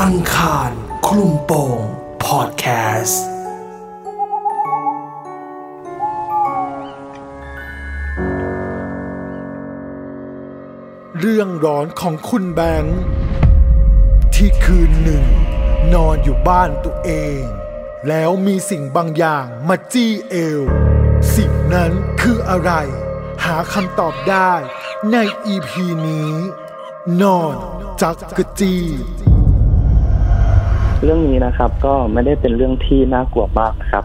อังคารคลุมโปงพอดแคสต์ เรื่องร้อนของคุณแบงค์ที่คืนหนึ่ง นอนอยู่บ้านตัวเอง แล้วมีสิ่งบางอย่างมาจี้เอว สิ่งนั้นคืออะไร หาคำตอบได้ในอีพีนี้ นอนจักกะจี เรื่องนี้นะครับก็ไม่ได้เป็นเรื่องที่น่ากลัวมากนะครับ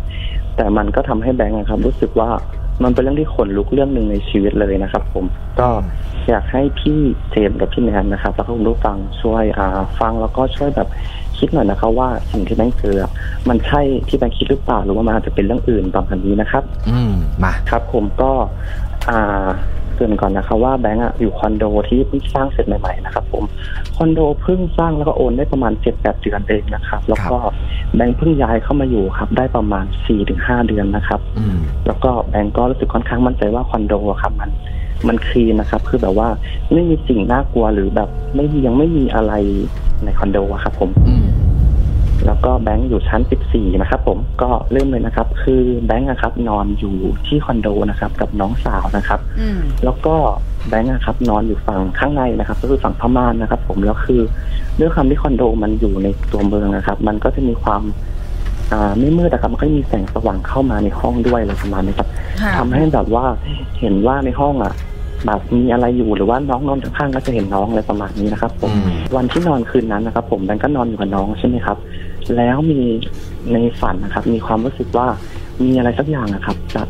แต่มันก็ทำให้แบงค์นะครับ รู้สึกว่ามันเป็นเรื่องที่ขนลุกเรื่องหนึ่งในชีวิตเลยนะครับ ผมก็อยากให้พี่เจมส์กับพี่แนนนะครับ แล้วก็คุณผู้ฟังช่วยอ่าฟังแล้วก็ช่วยแบบคิดหน่อยนะครับ ว่าสิ่งที่แบงค์เจออะมันใช่ที่แบงค์คิดหรือเปล่าหรือว่ามันอาจจะเป็นเรื่องอื่นประมาณนี้นะครับ อืม มา ครับผมก็อ่าเกรินก่อนนะครับว่าแบงค์อะอยู่คอนโดที่เพิ่งสร้างเสร็จใหม่ๆนะครับผมคอนโดเพิ่งสร้างแล้วก็โอนได้ประมาณเจ็ดแปดเดือนเองนะครับ แล้วก็แบงค์เพิ่งย้ายเข้ามาอยู่ครับได้ประมาณสี่ถึงห้าเดือนนะครับ อืม แล้วก็แบงก์ก็รู้สึกค่อนข้างมั่นใจว่าคอนโดอะครับมันมันคลีนนะครับ คือแบบว่าไม่มีสิ่งน่ากลัวหรือแบบไม่มียังไม่มีอะไรในคอนโดอะครับผม อืม แล้วก็แบงค์อยู่ชั้น 14 นะครับผมก็เริ่มเลยนะครับ คือแบงค์นะครับนอนอยู่ที่คอนโดนะครับ กับน้องสาวนะครับ อืม แล้วก็แบงค์นะครับนอนอยู่ฝั่งข้างในนะครับ ก็คือฝั่งพม่านนะครับ ผมแล้วคือด้วยความที่คอนโดมันอยู่ในตัวเมืองนะครับ มันก็จะมีความอ่าไม่มืดนะครับมันก็มีแสงสว่างเข้ามาในห้องด้วยอะไรประมาณนี้ครับ ค่ะ ทำให้แบบว่าเห็นว่าในห้องอ่ะแบบมีอะไรอยู่หรือว่าน้องนอนข้างๆก็จะเห็นน้องอะไรประมาณนี้นะครับ ผม อืม วันที่นอนคืนนั้นนะครับ ผมแบงก์ก็นอนอยู่กับน้องใช่ไหมครับ แล้วมีในฝันนะครับ มีความรู้สึกว่ามีอะไรสักอย่างนะครับจะ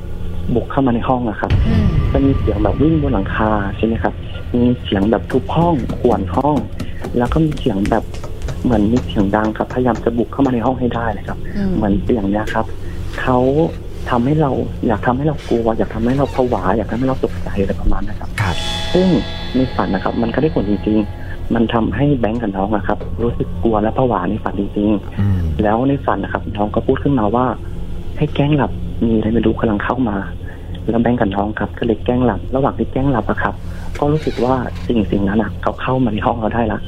บุกเข้ามาในห้องนะครับ อืม จะมีเสียงแบบวิ่งบนหลังคาใช่ไหมครับ มีเสียงแบบทุบห้องขวนห้อง แล้วก็มีเสียงแบบเหมือนมีเสียงดังครับ พยายามจะบุกเข้ามาในห้องให้ได้เลยครับ อืม เหมือนเสียงเนี้ยครับเขาทำให้เราอยากทำให้เรากลัว อยากทำให้เราผวา อยากทำให้เราตกใจอะไรประมาณนะครับ ครับ ซึ่งในฝันนะครับ มันก็ได้ผลจริงๆ มันทำให้แบงค์กับน้องนะครับ รู้สึกกลัวและผวาในฝันจริงๆ อืม แล้วในฝันนะครับน้องก็พูดขึ้นมาว่า ให้แกล้งหลับมีอะไรไม่รู้กำลังเข้ามา แล้วแบงค์กับน้องครับก็เลยแกล้งหลับ ระหว่างที่แกล้งหลับอะครับ ก็รู้สึกว่าสิ่งสิ่งนั้นอะเขาเข้ามาในห้องเราได้ละ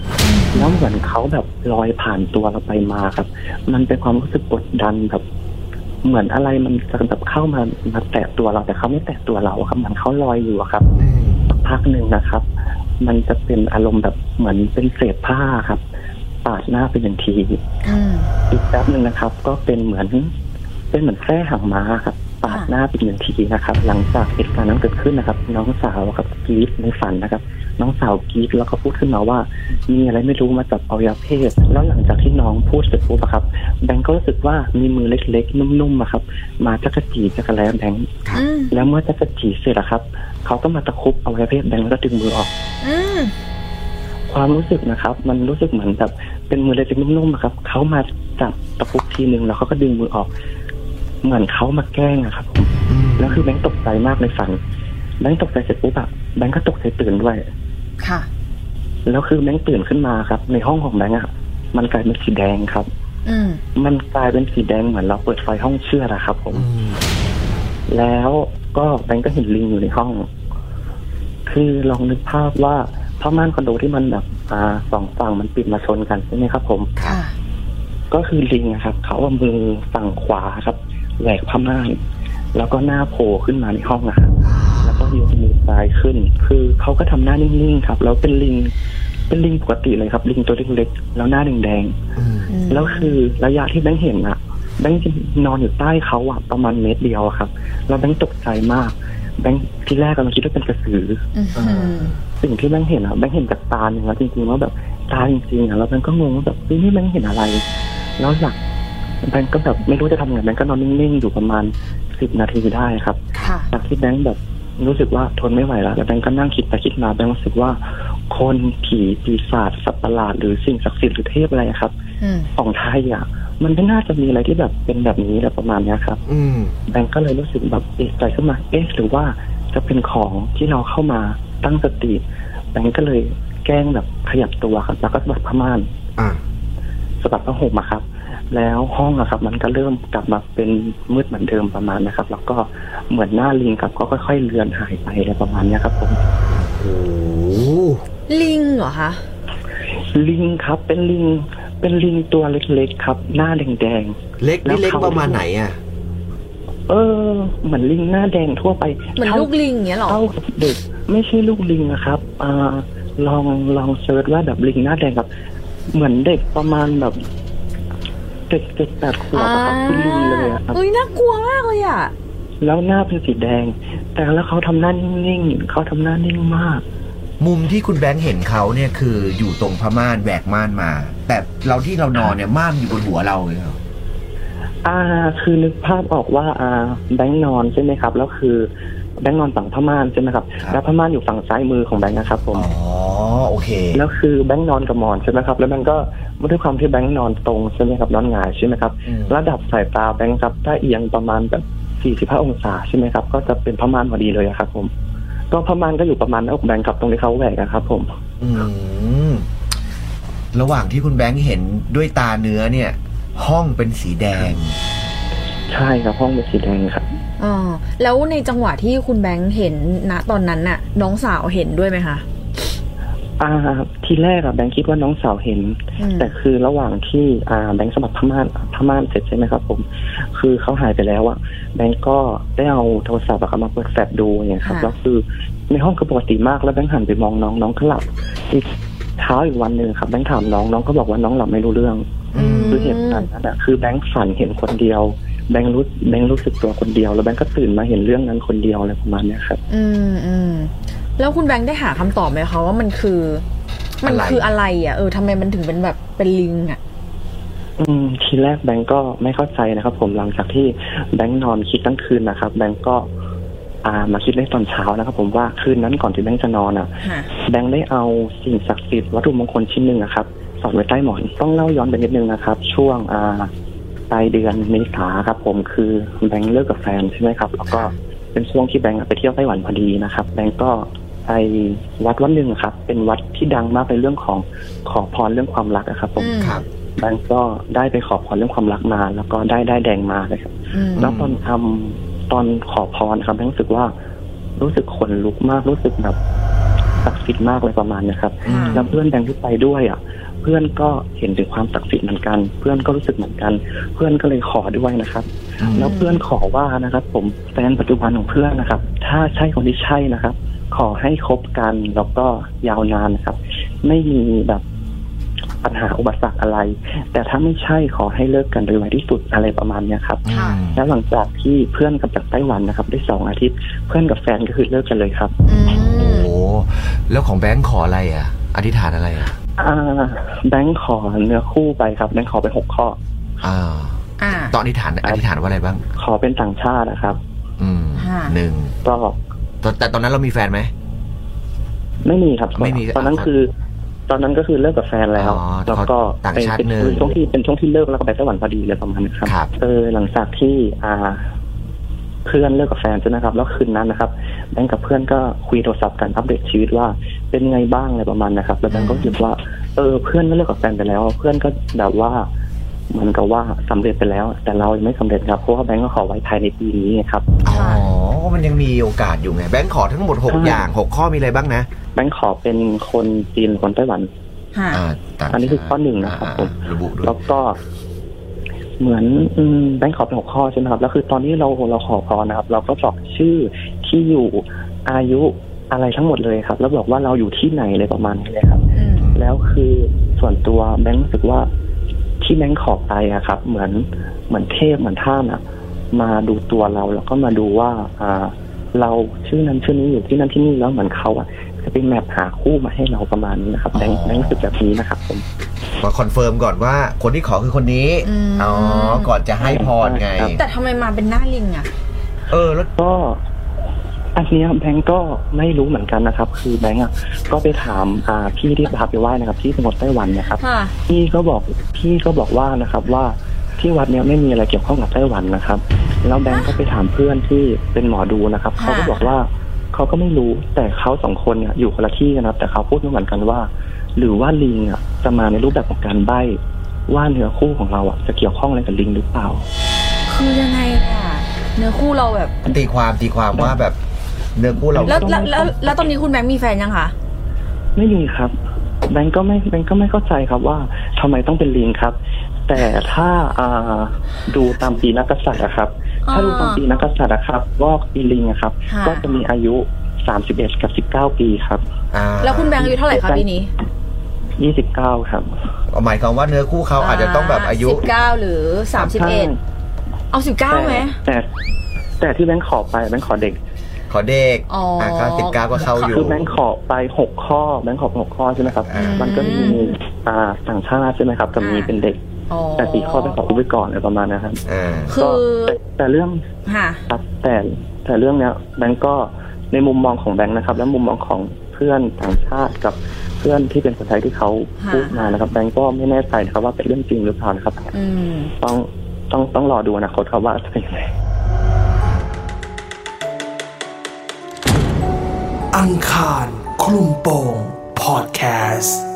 แล้วเหมือนเขาแบบลอยผ่านตัวเราไปมาครับ มันเป็นความรู้สึกกดดันแบบเหมือนอะไรมันจะแบบเข้ามามาแตะตัวเราแต่เขาไม่แตะตัวเราอะครับเหมือนเขาลอยอยู่อะครับ พักหนึ่งนะครับ มันจะเป็นอารมณ์แบบเหมือนเป็นเศษผ้าครับปาดหน้าเป็นอย่างที อืม อีกแป๊บหนึ่งนะครับ ก็เป็นเหมือน เป็นเหมือนแคร่หางม้าครับปาด ค่ะ หน้าเป็นหนึ่งทีนะครับ หลังจากเหตุการณ์นั้นเกิดขึ้นนะครับ น้องสาวครับกรีดในฝันนะครับ น้องสาวกรีดแล้วก็พูดขึ้นมาว่า มีอะไรไม่รู้มาจับอวัยวะเพศ แล้วหลังจากที่น้องพูดเสร็จปุ๊บอะครับ แบงก์ก็รู้สึกว่ามีมือเล็กๆ นุ่มๆอะครับ มาจักรจีจักรแล้แบงก์ อืม แล้วเมื่อจักรจีเสร็จอะครับเขาก็มาตะครุบอวัยวะเพศแบงก์แล้วก็ดึงมือออก อืม ความรู้สึกนะครับ มันรู้สึกเหมือนแบบเป็นมือเล็กๆนุ่มๆอะครับเขามาจับตะปุกทีนึงแล้วเขาก็ดึงมือออก เหมือนเขามาแกล้งอะครับผมแล้วคือแบงค์ตกใจมากในฝันแบงค์ตกใจเสร็จปุ๊บอะแบงค์ก็ตกใจตื่นด้วย ค่ะ แล้วคือแบงค์ตื่นขึ้นมาครับ ในห้องของแบงค์อะมันกลายเป็นสีแดงครับ อืม มันกลายเป็นสีแดงเหมือนเราเปิดไฟห้องเชือดอะครับ ผม แล้วก็แบงก์ก็เห็นลิงอยู่ในห้อง คือลองนึกภาพว่าผ้าม่านคอนโดที่มันแบบ อ่าสองฝั่งมันปิดมาชนกันใช่ไหมครับ ผม ค่ะ ก็คือลิงนะครับ เขาเอามือฝั่งขวาครับแหวกผ้าม่าน แล้วก็หน้าโผล่ขึ้นมาในห้องนะครับแล้วก็ยกมือซ้ายขึ้น คือเขาก็ทำหน้านิ่งๆครับ แล้วเป็นลิง เป็นลิงปกติเลยครับ ลิงตัวเล็กๆแล้วหน้าแดงๆ อืม แล้วคือระยะที่แบงค์เห็นอะแบงค์จะนอนอยู่ใต้เขาอะประมาณเมตรเดียวอะครับ แล้วแบงค์ตกใจมาก แบงค์ที่แรกกำลังคิดว่าเป็นกระสือ อืม สิ่งที่แบงค์เห็นอะแบงค์เห็นจากบตาหนึ่งแล้วจริงๆว่าแบบตาจริงๆอะแล้วแบงค์ก็งงว่าแบบเฮ้ยนี่แบงค์เห็นอะไร แล้วหลักแบงค์ก็แบบไม่รู้จะทำไงแบงค์ก็นอนนิ่งๆอยู่ประมาณสิบนาทีได้ครับ ค่ะ จากที่แบงค์แบบรู้สึกว่าทนไม่ไหวแล้วแล้วแบงค์ก็นั่งคิดไปคิดมาแบงค์รู้สึกว่า คนผีปีศาจสัตว์ประหลาดหรือสิ่งศักดิ์สิทธิ์หรือเทพอะไรอะครับ อืม ของไทยอ่ะมันไม่น่าจะมีอะไรที่แบบเป็นแบบนี้แล้วประมาณเนี้ยครับ อืม แบงก์ก็เลยรู้สึกแบบเอะใจขึ้นมาเอ๊ะหรือว่าจะเป็นของที่เราเข้ามาตั้งสติแบงก์ก็เลยแกล้งแบบขยับตัวครับ แล้วก็สะบัดผ้าม่าน อ่ะ สะบัดผ้าห่มอะครับ แล้วห้องอะครับ มันก็เริ่มกลับมาเป็นมืดเหมือนเดิมประมาณนะครับ แล้วก็เหมือนหน้าลิงครับก็ค่อย ๆ เลือนหายไปอะไรประมาณเนี้ยครับผม โอ้โห ลิงเหรอคะ ลิงครับเป็นลิง เป็นลิงตัวเล็กๆครับ หน้าแดง เล็กนี่เล็กประมาณไหนอ่ะ ๆเออ เหมือนลิงหน้าแดงทั่วไป เหมือน ท่า ลูกลิงอย่างเงี้ยเหรอ เท่ากับเด็กไม่ใช่ลูกลิงนะครับอาลองลองเซิร์ชว่าแบบลิงหน้าแดงแบบเหมือนเด็กประมาณแบบเด็กเจ็ดแปดขวบอะครับเป็นลิงเลยอะครับ เอ้ยน่ากลัวมากเลยอ่ะ แล้วหน้าเป็นสีแดง แต่แล้วเขาทำหน้านิ่งๆเขาทำหน้านิ่งมาก มุมที่คุณแบงค์เห็นเขาเนี่ยคืออยู่ตรงพม่านแหวกม่านมา แต่เราที่เรานอนเนี่ยม่านอยู่บนหัวเราเลยเหรอ อ่า คือนึกภาพออกว่า อ่า แบงค์นอนใช่ไหมครับ แล้วคือแบงค์นอนฝั่งพม่านใช่ไหมครับ แล้วพม่านอยู่ฝั่งซ้ายมือของแบงค์นะครับ ผม อ๋อโอเค แล้วคือแบงค์นอนกับหมอนใช่ไหมครับ แล้วแบงค์ก็ด้วยความที่แบงค์นอนตรงใช่ไหมครับนอนหงายใช่ไหมครับ อืม ระดับสายตาแบงค์ครับถ้าเอียงประมาณแบบ 45 องศาใช่ไหมครับ ก็จะเป็นพม่านพอดีเลยอะครับ ผมก็พม่านก็อยู่ประมาณหน้าอกแบงค์ครับตรงที่เขาแหวกนะครับ ผม อืมระหว่างที่คุณแบงค์เห็นด้วยตาเนื้อเนี่ย ห้องเป็นสีแดง ใช่ครับห้องเป็นสีแดงครับ อ่า แล้วในจังหวะที่คุณแบงค์เห็นณตอนนั้นน่ะ น้องสาวเห็นด้วยไหมคะ อ่า ทีแรกอะแบงค์คิดว่าน้องสาวเห็น อืม แต่คือระหว่างที่อ่าแบงค์สมัครพม่านพม่านเสร็จใช่ไหมครับ ผม คือเขาหายไปแล้วอะแบงค์ก็ได้เอาโทรศัพท์อะครับมาเปิดแฟลชดูเนี่ยครับ ค่ะ แล้วคือในห้องก็ปกติมากแล้วแบงค์หันไปมองน้องน้องก็หลับอีกเช้าอีกวันหนึ่งครับแบงค์ถามน้องน้องก็บอกว่าน้องหลับไม่รู้เรื่อง อืม คือเหตุการณ์นั้นอะคือแบงค์ฝันเห็นคนเดียว แบงค์รู้แบงค์รู้สึกตัวคนเดียว แล้วแบงค์ก็ตื่นมาเห็นเรื่องนั้นคนเดียวอะไรประมาณเนี้ยครับ อืมอืมแล้วคุณแบงค์ได้หาคำตอบไหมคะว่ามันคือ มัน อะไร คืออะไรอ่ะ เออทำไมมันถึงเป็นแบบเป็นลิงอ่ะ อืมทีแรกแบงก์ก็ไม่เข้าใจนะครับ ผมหลังจากที่แบงก์นอนคิดทั้งคืนนะครับ แบงก์ก็ อ่ามาคิดได้ตอนเช้านะครับ ผมว่าคืนนั้นก่อนที่แบงก์จะนอนอ่ะ ค่ะ แบงก์ได้เอาสิ่งศักดิ์สิทธิ์วัตถุมงคลชิ้นหนึ่งนะครับสอดไว้ใต้หมอนต้องเล่าย้อนไปนิดนึงนะครับ ช่วงอ่าปลายเดือนเมษาครับ ผมคือแบงก์เลิกกับแฟนใช่ไหมครับ แล้วก็เป็นช่วงที่แบงก์ไปเที่ยวไต้หวันพอดีนะครับ แบงก์ก็ไปวัดวัดหนึ่งครับ เป็นวัดที่ดังมากในเรื่องของขอพรเรื่องความรักอะครับ ผม อืม ครับ แบงก์ก็ได้ไปขอพรเรื่องความรักมา แล้วก็ได้ได้ายแดงมาเลยครับ อืม แล้วตอนทำตอนขอพรครับแบงก์รู้สึกว่า รู้สึกขนลุกมากรู้สึกแบบศักดิ์สิทธิ์มากเลยประมาณเนะครับ อืม แล้วเพื่อนแบงค์ที่ไปด้วยอ่ะ เพื่อนก็เห็นถึงความศักดิ์สิทธิ์เหมือนกัน เพื่อนก็รู้สึกเหมือนกัน เพื่อนก็เลยขอด้วยนะครับ อืม แล้วเพื่อนขอว่านะครับ ผมแฟนปัจจุบันของเพื่อนนะครับ ถ้าใช่คนที่ใช่นะครับ ขอให้คบกันแล้วก็ยาวนานนะครับ ไม่มีแบบปัญหาอุปสรรคอะไร แต่ถ้าไม่ใช่ขอให้เลิกกันโดยไวที่สุดอะไรประมาณเนี้ยครับ อืม แล้วหลังจากที่เพื่อนกลับจากไต้หวันนะครับ ได้สองอาทิตย์ เพื่อนกับแฟนก็คือเลิกกันเลยครับ อื โอ้ ม โหแล้วของแบงค์ขออะไรอ่ะ อธิษฐานอะไรอ่ะ อ่า แบงค์ขอเนื้อคู่ไปครับแบงค์ขอไปหกข้อ อ่า อ่า ตอนอธิษฐานอธิษฐานว่าอะไรบ้าง ขอเป็นต่างชาตินะครับ อืม ค่ะ หนึ่ง ก็ ตอนแต่ตอนนั้นเรามีแฟนไหม ไม่มีครับ ไม่มี ตอนนั้นคือ ตอนนั้นก็คือเลิกกับแฟนแล้ว อ๋อ แล้วก็ ต่างชาติ เป็น หนึ่ง เป็นช่วงที่เป็นช่วงที่เลิกแล้วก็ไปไต้หวันพอดีเลยประมาณนั้นครับ ครับ เออหลังจากที่อ่า เพื่อนเลิกกับแฟนใช่ไหมครับ แล้วคืนนั้นนะครับแบงค์กับเพื่อนก็คุยโทรศัพท์กันอัปเดตชีวิตว่าเป็นไงบ้างอะไรประมาณนะครับ แล้วแบงค์ก็รู้สึกว่า เออเพื่อนก็เลิกกับแฟนไปแล้ว เพื่อนก็แบบว่าเหมือนกับว่าสำเร็จไปแล้ว แต่เรายังไม่สำเร็จครับเพราะว่าแบงค์ก็ขอไว้ภายในปีนี้ไงครับ อ๋อ ค่ะ มันยังมีโอกาสอยู่ไง แบงค์ขอทั้งหมด ใช่ 6 อย่าง 6 ข้อมีอะไรบ้างนะ แบงค์ขอเป็นคนจีนหรือคนไต้หวัน ค่ะ ต่าง อันนี้คือ ชาติ ข้อหนึ่งนะครับผอ่าม ระบุด้วย แล้วก็ เหมือนอืมแบงค์ขอเป็นหัวข้อใช่ไหมครับ แล้วคือตอนนี้เราเราขอพรนะครับ เราก็บอกชื่อที่อยู่อายุอะไรทั้งหมดเลยครับ แล้วบอกว่าเราอยู่ที่ไหนเลยประมาณนี้เลยครับ อืม แล้วคือส่วนตัวแบงค์รู้สึกว่าที่แบงค์ขอไปอะครับ เหมือนเหมือนเทพเหมือนท่านอะมาดูตัวเราแล้วก็มาดูว่า อ่า เราชื่อนั้นชื่อนี้อยู่ที่นั่นที่นี่แล้วเหมือนเขาอะจะเป็นแมปหาคู่มาให้เราประมาณนี้นะครับแบงค์ อ๋อ แบงค์รู้สึกแบบนี้นะครับผม มาคอนเฟิร์มก่อนว่าคนที่ขอคือคนนี้ อืม อ๋อ ก่อนจะให้พรไง ครับ แต่ทำไมมาเป็นหน้าลิงอ่ะ เออ แล้ว ก็อันเนี้ยแบงก์ก็ไม่รู้เหมือนกันนะครับ คือแบงก์อ่ะก็ไปถามอ่าพี่ที่พาไปไหว้นะครับ ที่จังหวัดไต้หวันนะครับ ค่ะ พี่ก็บอกพี่ก็บอกว่านะครับ ว่าที่วัดเนี้ยไม่มีอะไรเกี่ยวข้องกับไต้หวันนะครับ แล้วแบงก์ก็ไปถามเพื่อนที่เป็นหมอดูนะครับ ค่ะ เขาก็บอกว่าเขาก็ไม่รู้แต่เขาสองคนเนี่ยอยู่คนละที่กันนะครับ แต่เขาพูดไม่เหมือนกันว่า หรือว่าลิงอ่ะจะมาในรูปแบบของการใบ้ว่าเนื้อคู่ของเราอ่ะจะเกี่ยวข้องอะไรกับลิงหรือเปล่า คือยังไงอ่ะ เนื้อคู่เราแบบ ตีความตีความว่าแบบเนื้อคู่เรา แล้วแล้วแล้วแล้วตอนนี้คุณแบงค์มีแฟนยังคะ ไม่มีครับ แบงก์ก็ไม่แบงก์ก็ไม่เข้าใจครับว่าทำไมต้องเป็นลิงครับ แต่ถ้าอ่าดูตามปีนักกษัตริย์อะครับ ถ้าดูตามปีนักกษัตริย์อะครับว่าปีลิงอะครับ ค่ะ ก็จะมีอายุสามสิบเอ็ดกับสิบเก้าปีครับ อ่า แล้วคุณแบงค์อายุเท่าไหร่คะปีนี้ ยี่สิบเก้าครับ หมายความว่าเนื้อคู่เขาอาจจะต้องแบบอายุ สิบเก้าหรือสามสิบเอ็ดเอาสิบเก้า แต่ ไหม แต่แต่ที่แบงก์ขอไปแบงก์ขอเด็ก ขอเด็ก อ๋ออ่ ะเก้าสิบเก้าก็เข้าอยู่ คือแบงค์ขอไปหกข้อแบงค์ขอไปหกข้อใช่ไหมครับ อืม มันก็มีอ่าต่างชาติใช่ไหมครับกับมีเป็นเด็ก อ๋อ แต่สี่ข้อแบงค์ขอพูดไปก่อนอะไรประมาณนะครับ อ่า คือ ก็แต่แต่เรื่อง ค่ะ ครับแต่แต่เรื่องเนี้ยแบงค์ก็ในมุมมองของแบงค์นะครับ และมุมมองของเพื่อนต่างชาติกับเพื่อนที่เป็นคนไทยที่เขา ค่ะ พูดมานะครับแบงค์ก็ไม่แน่ใจนะครับว่าเป็นเรื่องจริงหรือเปล่านะครับ อืม ต้องต้องต้องรอดูอนาคตครับว่าจะเป็นยังไง อังคารคลุมโปงพอดแคสต์